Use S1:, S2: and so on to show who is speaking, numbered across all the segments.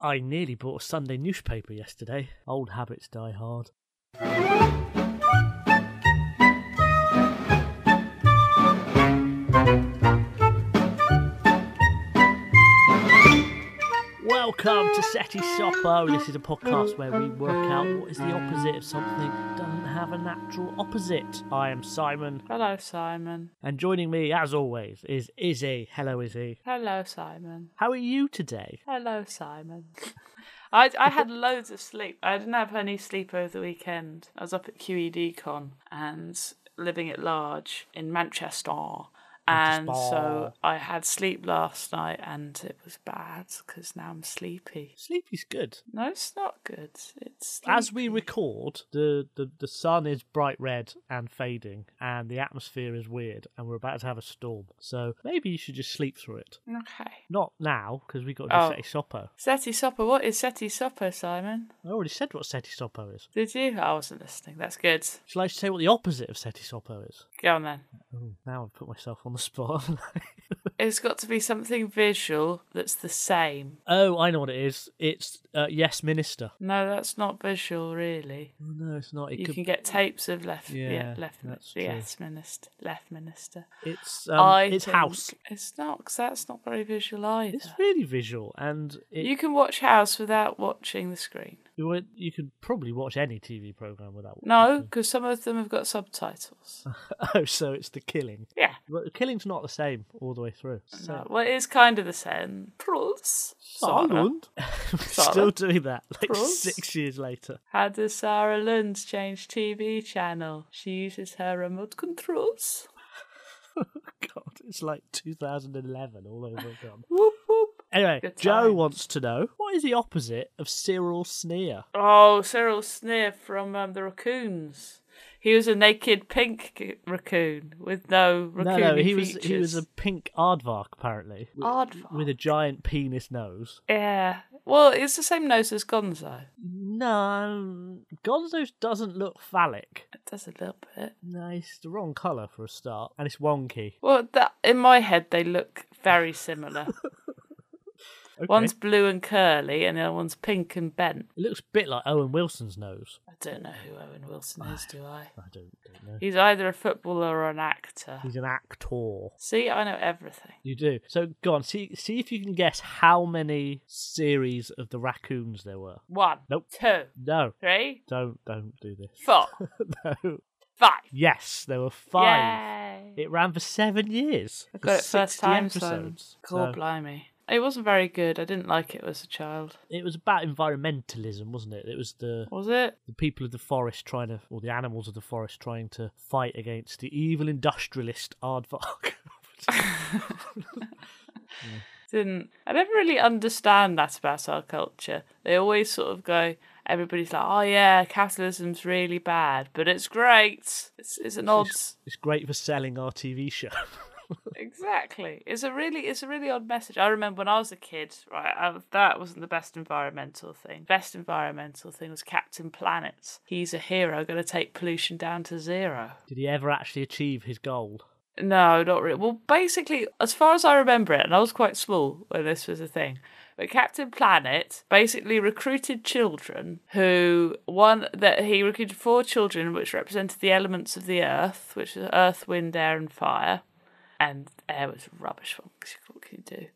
S1: I nearly bought a Sunday newspaper yesterday. Old habits die hard. Welcome to SETI Sopo. This is a podcast where we work out what is the opposite of something that doesn't have a natural opposite. I am Simon,
S2: Hello, Simon.
S1: and joining me, as always, is Izzy. Hello, Izzy.
S2: Hello, Simon.
S1: How are you today?
S2: Hello, Simon. I, I had loads of sleep. I didn't have any sleep over the weekend. I was up at QED Con and living at large in Manchester. And so
S1: Manchester.
S2: I had sleep last night and it was bad because now I'm sleepy.
S1: Sleepy's good.
S2: No, it's not good. It's
S1: As
S2: sleep-
S1: we record, the, the, the sun is bright red and fading, and the atmosphere is weird, and we're about to have a storm. So maybe you should just sleep through it.
S2: Okay.
S1: Not now, because we've got to do
S2: Oh.
S1: SETI Sopo.
S2: Seti Sopo. What is Seti Sopo, Simon?
S1: I already said what SETI Sopo is.
S2: Did you? I wasn't listening. That's good.
S1: Shall I say what the opposite of SETI Sopo is?
S2: Go on then.
S1: Oh, now I've put myself on the spot. haven't I?
S2: It's got to be something visual that's the same.
S1: oh, I know what it is. It's uh, Yes Minister.
S2: No, that's not visual, really.
S1: Oh, no, it's not. It
S2: You
S1: could...
S2: can get tapes of left, yeah,
S1: Yeah,
S2: left,
S1: that's
S2: the
S1: true.
S2: yes minister, left minister.
S1: It's um,
S2: I
S1: it's
S2: think
S1: House.
S2: It's not because that's not very visual either.
S1: It's really visual, and it,
S2: You can watch House without watching the screen.
S1: you you could probably watch any TV program without.
S2: No, because some of them have got subtitles.
S1: Oh, so it's the killing.
S2: yeah.
S1: But the killing's not the same all the way through. So.
S2: No, well, it is kind of the same. Plus, Sarah.
S1: Silent. Still doing that, like
S2: Cross.
S1: six years later.
S2: How does Sarah Lund change TV channel? She uses her remote controls. Oh,
S1: God, it's like 2011 all over again.
S2: Whoop whoop.
S1: Anyway,
S2: Good
S1: Joe
S2: times.
S1: wants to know what is the opposite of Cyril Sneer?
S2: Oh, Cyril Sneer from um, the Raccoons. He was a naked pink c- raccoon with no
S1: No,
S2: raccoon
S1: no, he
S2: features.
S1: was he was a pink aardvark apparently, with,
S2: Aardvark?
S1: with a giant penis nose.
S2: yeah. Well, it's the same nose as Gonzo.
S1: No, Gonzo's doesn't look phallic.
S2: It does a little bit.
S1: No, it's the wrong colour for a start, and it's wonky.
S2: Well, that in my head they look very similar.
S1: Okay.
S2: One's blue and curly, and the other one's pink and bent.
S1: It looks a bit like Owen Wilson's nose.
S2: I don't know who Owen Wilson is, do I?
S1: I don't, don't know.
S2: He's either a footballer or an actor.
S1: He's an actor.
S2: See, I know everything.
S1: You do. So go on, see see if you can guess how many series of the raccoons there were.
S2: One,
S1: Nope.
S2: two,
S1: No,
S2: three,
S1: don't don't do this.
S2: four,
S1: no.
S2: five.
S1: Yes, there were five.
S2: Yay.
S1: It ran for seven years.
S2: I
S1: for
S2: got it first
S1: 60
S2: time, Simon.
S1: episodes.
S2: Cool,
S1: So
S2: blimey. It wasn't very good. I didn't like it as a child.
S1: it was about environmentalism, wasn't it? It was the
S2: Was it?
S1: the people of the forest trying to, or the animals of the forest trying to fight against the evil industrialist Aardvark.
S2: Didn't. I never really understand that about our culture. They always sort of go, everybody's like, oh yeah, capitalism's really bad, but it's great. It's, it's an odd.
S1: it's great for selling our TV show.
S2: Exactly. It's a really it's a really odd message. I remember when I was a kid, right, I, that wasn't the best environmental thing. Best environmental thing was Captain Planet. He's a hero going to take pollution down to zero.
S1: Did he ever actually achieve his goal?
S2: No, not really. Well, basically, as far as I remember it, and I was quite small when this was a thing, but Captain Planet basically recruited children who one that he recruited four children, which represented the elements of the earth, which is earth, wind, air, and fire, and air was rubbish. What c- what can you do?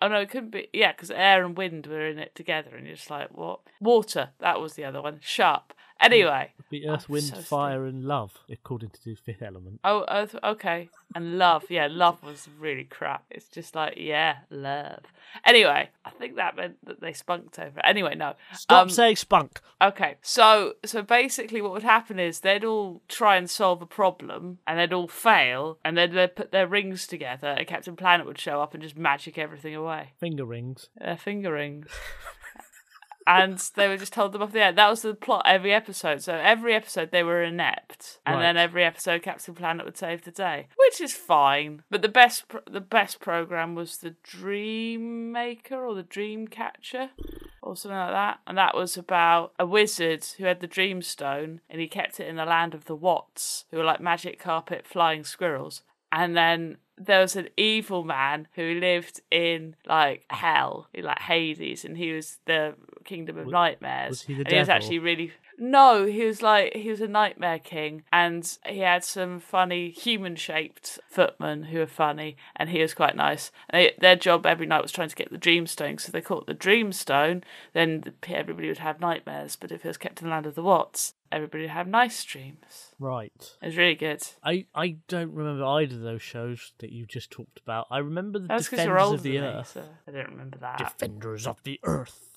S2: Oh no, it couldn't be. Yeah, because air and wind were in it together, and you're just like, what? Water. That was the other one. Sharp. Anyway.
S1: The earth,
S2: I'm
S1: wind,
S2: so
S1: fire, and love, according to the fifth element.
S2: Oh, Earth, okay. And love, yeah, love was really crap. It's just like, yeah, love. Anyway, I think that meant that they spunked over. it. Anyway, no.
S1: Stop
S2: Um,
S1: saying spunk.
S2: okay, so so basically, what would happen is they'd all try and solve a problem, and they'd all fail, and then they'd put their rings together, and Captain Planet would show up and just magic everything away.
S1: Finger rings.
S2: Their uh, finger rings. And they were just told them off the air. That was the plot every episode. So every episode they were inept, and
S1: Right.
S2: then every episode Captain Planet would save the day, which is fine. But the best, pro- the best program was the Dream Maker or the Dream Catcher, or something like that. And that was about a wizard who had the Dream Stone, and he kept it in the land of the Watts, who were like magic carpet flying squirrels. And then there was an evil man who lived in like hell, in like Hades, and he was the kingdom of nightmares.
S1: was he the
S2: and he was
S1: devil?
S2: actually really no, he was like he was a nightmare king, and he had some funny human-shaped footmen who were funny, and he was quite nice. And they, their job every night was trying to get the dreamstone, so they caught the dreamstone. Then the, everybody would have nightmares, but if it was kept in the land of the Watts, everybody would have nice dreams.
S1: Right.
S2: It was really good.
S1: I, I don't remember either of those shows that you just talked about. I remember the
S2: That's because
S1: Defenders
S2: you're older
S1: of the
S2: than
S1: Earth.
S2: Me, Ah. so I don't remember that.
S1: Defenders of the Earth.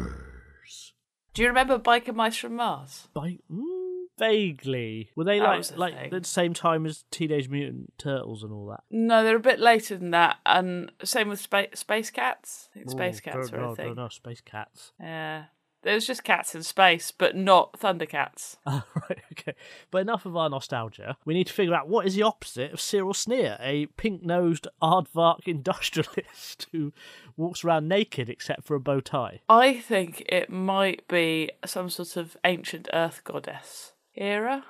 S1: Defenders.
S2: Do you remember Biker Mice from Mars?
S1: By mm, vaguely, were they
S2: That
S1: like
S2: was a
S1: like
S2: thing.
S1: the same time as Teenage Mutant Turtles and all that?
S2: No, they're a bit later than that, and same with spa- Space Cats. I think Space
S1: Oh,
S2: Cats
S1: no,
S2: were
S1: no,
S2: a thing.
S1: No, no, Space Cats.
S2: Yeah. It was just cats in space, but not Thundercats.
S1: Ah, right, okay. But enough of our nostalgia. We need to figure out what is the opposite of Cyril Sneer, a pink-nosed aardvark industrialist who walks around naked except for a bow tie.
S2: I think it might be some sort of ancient Earth goddess era.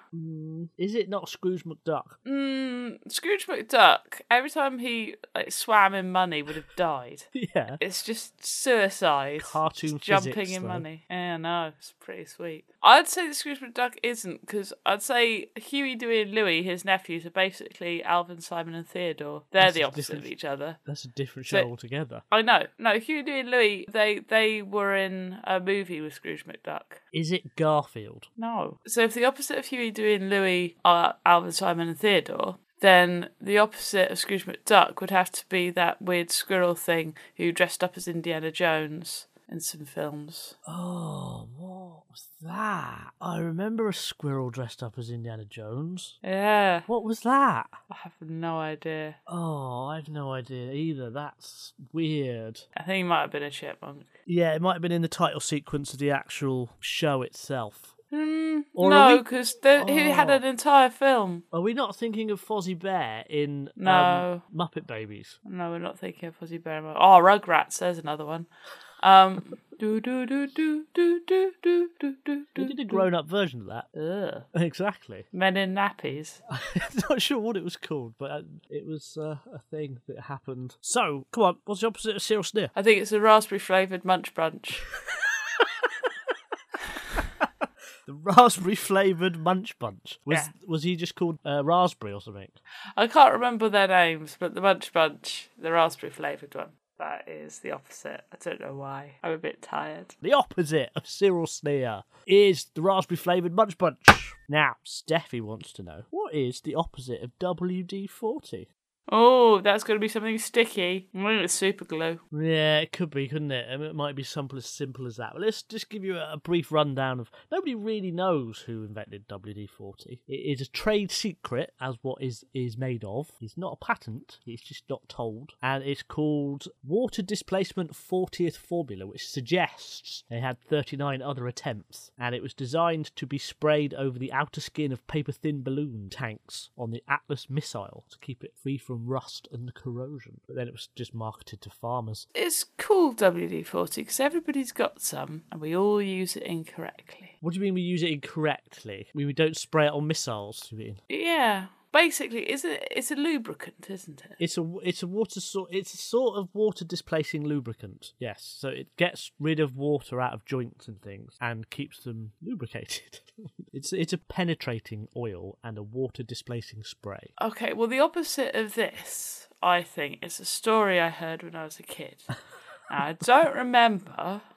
S1: Is it not Scrooge McDuck?
S2: Mm, Scrooge McDuck, every time he like, swam in money, would have died.
S1: Yeah.
S2: It's just suicide.
S1: Cartoon
S2: Just jumping
S1: physics,
S2: in
S1: though.
S2: money. Yeah, no, it's pretty sweet. I'd say the Scrooge McDuck isn't because I'd say Huey, Dewey, and Louie, his nephews, are basically Alvin, Simon, and Theodore. They're
S1: That's
S2: the
S1: a
S2: opposite of
S1: different-
S2: each other.
S1: That's a different
S2: So-
S1: show altogether.
S2: I know. No, Huey, Dewey, and Louie. They they were in a movie with Scrooge McDuck.
S1: Is it Garfield?
S2: No. So if the opposite of Huey, Dewey, and Louie are Alvin, Simon, and Theodore, then the opposite of Scrooge McDuck would have to be that weird squirrel thing who dressed up as Indiana Jones in some films.
S1: Oh, what was that? I remember a squirrel dressed up as Indiana Jones.
S2: Yeah,
S1: What was that?
S2: I have no idea.
S1: Oh, I've no idea either. That's weird.
S2: I think he might have been a chipmunk.
S1: Yeah, it might have been in the title sequence of the actual show itself.
S2: Mm,
S1: Or are
S2: no,
S1: we-
S2: because he had an entire film.
S1: Are we not thinking of Fozzie Bear in
S2: No.
S1: um, Muppet Babies?
S2: No, we're not thinking of Fuzzy Bear. and Mo- Oh, Rugrats. There's another one. Um, do do do do do do do do do.
S1: They did a grown-up version of that.
S2: Ugh.
S1: Exactly.
S2: Men in nappies.
S1: I'm not sure what it was called, but uh, it was uh, a thing that happened. So, come on, what's the opposite of Cyril Sneer?
S2: I think it's a raspberry flavored munch brunch.
S1: The raspberry flavoured Munch Bunch. Was
S2: Yeah.
S1: was he just called uh, raspberry or something?
S2: I can't remember their names, but the munch brunch, the raspberry flavored one. That is the opposite. I don't know why. I'm a bit tired.
S1: The opposite of Cyril Sneer is the raspberry flavoured Munch Bunch. Now, Steffi wants to know what is the opposite of WD forty?
S2: Oh, that's going to be something sticky. I'm going to super glue.
S1: Yeah, it could be, couldn't it? I mean, it might be simple as simple as that. But let's just give you a, a brief rundown of. Nobody really knows who invented WD-40. It is a trade secret, as what is is made of. It's not a patent. It's just not told, and it's called water displacement 40th formula, which suggests they had 39 other attempts, and it was designed to be sprayed over the outer skin of paper-thin balloon tanks on the Atlas missile to keep it free from rust and corrosion. But then it was just marketed to farmers.
S2: It's called WD 40 because everybody's got some and we all use it incorrectly.
S1: What do you mean we use it incorrectly? We we don't spray it on missiles. You mean?
S2: Yeah. Basically, is it? It's a lubricant, isn't it?
S1: It's a it's a water sort it's a sort of water displacing lubricant. Yes, so it gets rid of water out of joints and things and keeps them lubricated. it's it's a penetrating oil and a water displacing spray.
S2: Okay. Well, the opposite of this, I think, is a story I heard when I was a kid. Now, I don't remember.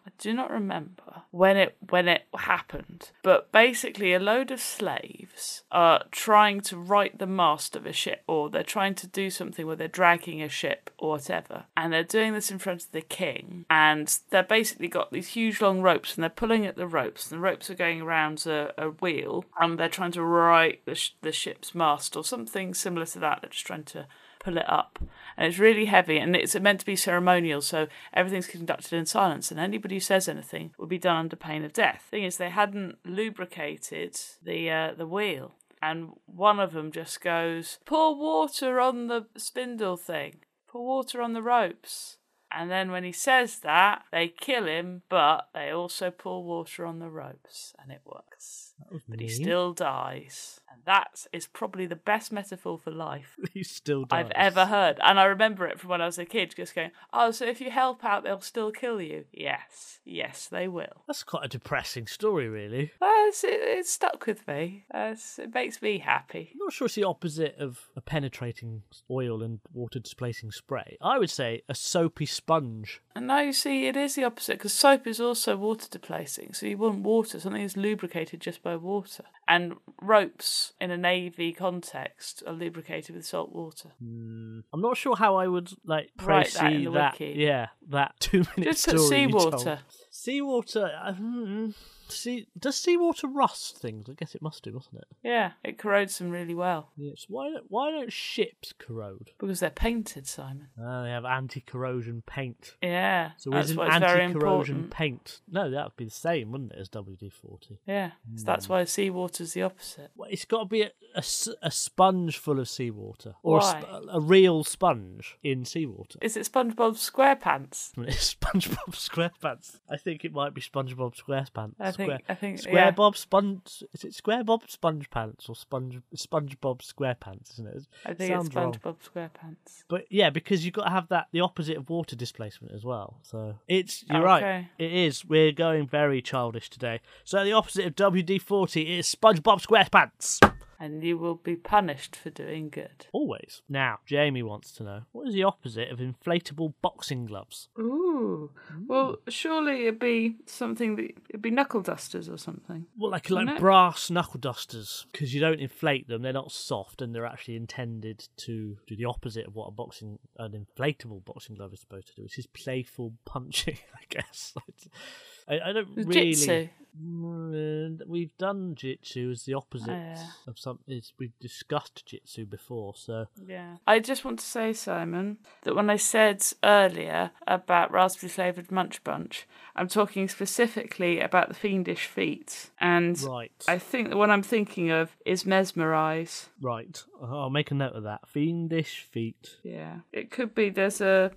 S2: I do not remember when it when it happened. But basically, a load of slaves are trying to right the mast of a ship, or they're trying to do something where they're dragging a ship or whatever, and they're doing this in front of the king. And they've basically got these huge long ropes, and they're pulling at the ropes, and the ropes are going around a, a wheel, and they're trying to right the, sh- the ship's mast or something similar to that. They're just trying to pull it up. And it's really heavy and it's meant to be ceremonial, so everything's conducted in silence and anybody who says anything will be done under pain of death. Thing is they hadn't lubricated the uh, the wheel. And one of them just goes, Pour water on the spindle thing. Pour water on the ropes. And then when he says that, they kill him, but they also pour water on the ropes, and it works.
S1: That was
S2: But he
S1: mean.
S2: still dies. And That is probably the best metaphor for life
S1: He still does.
S2: I've ever heard. And I remember it from when I was a kid, just going, oh, so if you help out, they'll still kill you. Yes, yes, they will.
S1: That's quite a depressing story, really.
S2: Uh, it's, it, it stuck with me. Uh, it's- it makes me happy.
S1: I'm not sure it's the opposite of a penetrating oil and water displacing spray. I would say a soapy sponge.
S2: And now you see, it is the opposite because soap is also water deplacing. So you want water, something that's lubricated just by water. And ropes in a navy context are lubricated with salt water.
S1: I'm not sure how I would like
S2: Write that in
S1: proceed
S2: the
S1: that.
S2: wiki.
S1: yeah, that two minute
S2: Just put
S1: story. you told.
S2: seawater.
S1: Seawater. uh, hmm, Sea does seawater rust things? I guess it must do, doesn't it?
S2: Yeah, it corrodes them really well
S1: Yes. Why don't Why don't ships corrode?
S2: because they're painted, Simon.
S1: Ah, they have anti-corrosion paint.
S2: Yeah,
S1: So
S2: that's
S1: isn't
S2: why it's very
S1: anti-corrosion
S2: important.
S1: paint? No, that would be the same, wouldn't it, as WD-40?
S2: Yeah, so that's
S1: Hmm.
S2: why seawater's the opposite.
S1: Well, it's got to be a, a s- a sponge full of seawater, or a, sp-
S2: Why?
S1: a real sponge in seawater.
S2: Is it SpongeBob SquarePants?
S1: It's SpongeBob SquarePants. I think it might be SpongeBob SquarePants.
S2: I think-
S1: Square-
S2: I think-
S1: SquareBob
S2: yeah.
S1: Sponge. Is it SquareBob SpongePants or Sponge SpongeBob SquarePants? Isn't it?
S2: I think
S1: Sounds
S2: it's
S1: wrong.
S2: SpongeBob SquarePants.
S1: But yeah, because you've got to have that the opposite of water displacement as well. So it's you're right.
S2: Okay.
S1: It is. We're going very childish today. So the opposite of WD forty is SpongeBob SquarePants.
S2: And you will be punished for doing good.
S1: Always. Now, Jamie wants to know what is the opposite of inflatable boxing gloves?
S2: Ooh.
S1: Hmm.
S2: Well, surely it'd be something that it'd be knuckle dusters or something.
S1: Well, like like
S2: No.
S1: brass knuckle dusters, because you don't inflate them; they're not soft, and they're actually intended to do the opposite of what a boxing an inflatable boxing glove is supposed to do, which is playful punching. I guess. I, I don't really.
S2: Jitsu.
S1: Mm, We've done jitsu as the opposite
S2: yeah.
S1: of some. It's, we've discussed jitsu before, so
S2: Yeah. I just want to say, Simon, that when I said earlier about raspberry flavoured munch bunch, I'm talking specifically about the fiendish feet. And
S1: right,
S2: I think the one I'm thinking of is mesmerise.
S1: right. I'll make a note of that. Fiendish feet.
S2: Yeah, it could be. There's a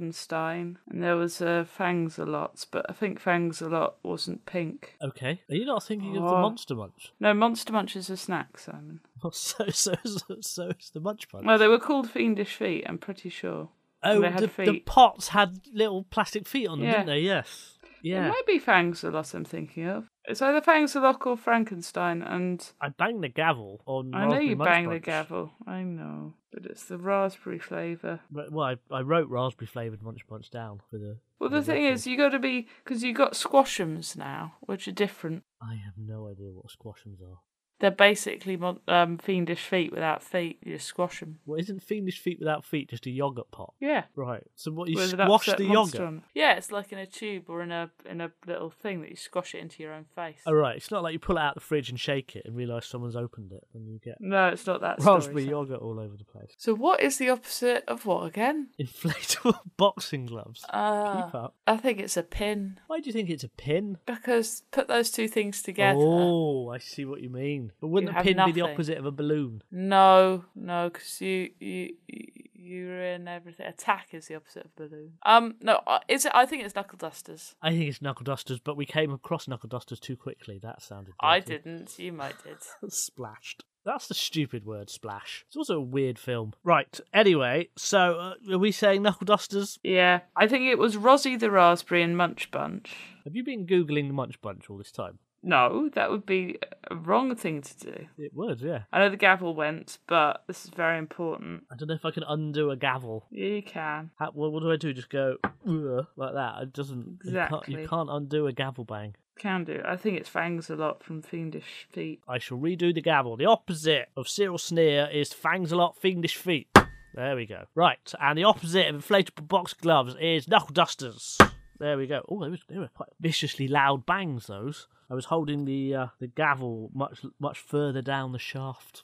S2: Frankenstein, and there was a Fangs a lot, but I think Fangs a lot wasn't pink.
S1: Okay. Are you not thinking of the
S2: Oh.
S1: Monster Munch?
S2: No, Monster Munch is a snack, Simon.
S1: Well, so so so, so is the Munch Munch.
S2: No, they were called Fiendish Feet. I'm pretty sure.
S1: oh,
S2: they had
S1: the, the
S2: feet.
S1: pots had little plastic feet on them,
S2: Yeah.
S1: didn't they? Yes.
S2: It
S1: Yeah.
S2: might be Fangs a lot. I'm thinking of. It's either Fangs a lot or Frankenstein, and
S1: I banged the gavel on.
S2: I know
S1: Raspberry
S2: you
S1: Munch
S2: bang the
S1: Munch.
S2: gavel. I know, but it's the raspberry flavour.
S1: But- Well, I, I wrote raspberry flavored Munch Munch down for the.
S2: Well, the thing is, you got to be because you got squashums now, which are different.
S1: I have no idea what squashums are.
S2: They're basically mon- um, fiendish feet without feet. You just squash them.
S1: Well, isn't fiendish feet without feet just a yogurt pot?
S2: Yeah.
S1: Right. So what you
S2: with an
S1: squash
S2: upset
S1: the
S2: monster
S1: yogurt?
S2: on it. Yeah, it's like in a tube or in a in a little thing that you squash it into your own face.
S1: Oh right, it's not like you pull it out the fridge and shake it and realise someone's opened it and you get
S2: No, it's not that
S1: raspberry
S2: story. Sam.
S1: yogurt all over the place.
S2: So what is the opposite of what again?
S1: Inflatable boxing gloves.
S2: Uh,
S1: Keep up.
S2: I think it's a pin
S1: Why do you think it's a pin?
S2: because put those two things together.
S1: Oh, I see what you mean. But wouldn't a
S2: You have
S1: pin be the
S2: nothing.
S1: opposite of a balloon?
S2: No, no, because you you you you're in everything. Attack is the opposite of balloon. Um, no, uh, is it? I think it's knuckle dusters.
S1: I think it's knuckle dusters, but we came across knuckle dusters too quickly. That sounded.
S2: I
S1: dirty.
S2: didn't. You might did.
S1: splashed. That's the stupid word, splash. It's also a weird film. Right. Anyway, so uh, are we saying knuckle dusters?
S2: Yeah, I think it was Rosie the Raspberry and Munch Bunch.
S1: Have you been googling the Munch Bunch all this time?
S2: No, that would be a wrong thing to do.
S1: It would, yeah.
S2: I know the gavel went, but this is very important.
S1: I don't know if I can undo a gavel.
S2: You can.
S1: How, well, what do I do? Just go "Ugh," like that? It doesn't. You, can't,
S2: Exactly.
S1: you can't undo a gavel bang.
S2: Can do. I think it's fangs a lot from Fiendish Feet.
S1: I shall redo the gavel. The opposite of Cyril Sneer is fangs a lot, fiendish feet. There we go. Right, and the opposite of inflatable box gloves is knuckle dusters. There we go. Oh, they, was, they were quite viciously loud bangs. Those. I was holding the uh, the gavel much much further down the shaft.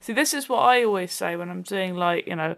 S2: See, this is what I always say when I'm doing, like, you know,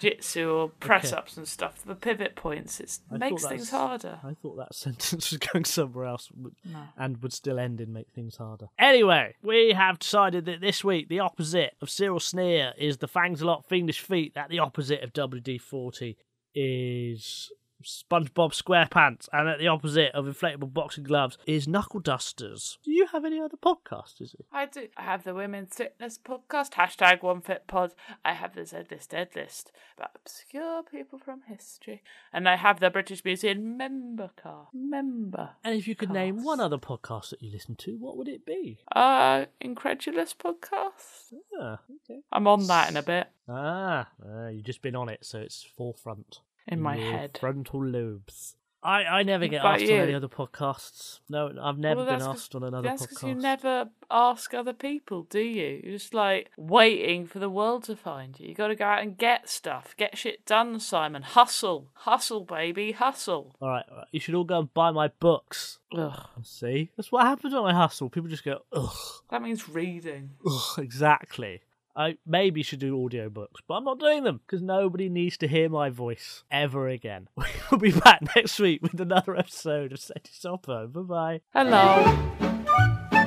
S2: jitsu or press ups and stuff. The pivot points, it
S1: I
S2: makes
S1: thought
S2: things
S1: that's-
S2: harder.
S1: I thought that sentence was going somewhere else w- and would still end in make things harder. Anyway, we have decided that this week the opposite of Cyril Sneer is the fangs a lot fiendish feet, that the opposite of WD 40 is SpongeBob SquarePants, and at the opposite of inflatable boxing gloves is knuckle dusters. Do you have any other podcast? Is it?
S2: I do. I have the Women's Fitness Podcast, hashtag OneFitPod. I have the Zed List Dead List about obscure people from history. And I have the British Museum member car. Member.
S1: And if you could name
S2: Cast.
S1: one other podcast that you listen to, what would it be?
S2: Uh, Incredulous Podcast.
S1: Ah, okay.
S2: I'm on that in a bit,
S1: Ah, ah, you've just been on it, so it's forefront.
S2: in my
S1: Your
S2: head.
S1: Frontal lobes. I, I never get
S2: About
S1: asked on any
S2: you?
S1: other podcasts. No, I've never
S2: Well,
S1: been
S2: that's 'cause-
S1: asked on another
S2: That's because
S1: podcast.
S2: you never ask other people, do you? You're just like waiting for the world to find you. You got to go out and get stuff, get shit done, Simon. Hustle, hustle, baby, hustle.
S1: All right, all right, you should all go and buy my books.
S2: Ugh,
S1: See, that's what happens when I hustle. People just go, ugh,
S2: that means reading.
S1: ugh, exactly. I maybe should do audiobooks, but I'm not doing them because nobody needs to hear my voice ever again. We'll be back next week with another episode of Set Yourself Home. Bye bye.
S2: Hello.